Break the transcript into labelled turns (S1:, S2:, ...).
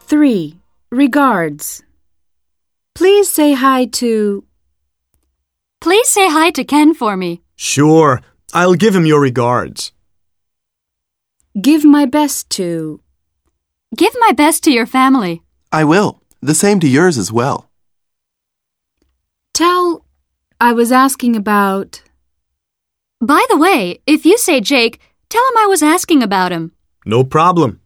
S1: 3. Regards. Please say hi to.
S2: Please say hi to Ken for me.
S3: Sure. I'll give him your regards.
S1: Give my best to.
S2: Give my best to your family.
S4: I will. The same to yours as well.
S1: Tell. I was asking about.
S2: By the way, if you say Jake, tell him I was asking about him.
S3: No problem.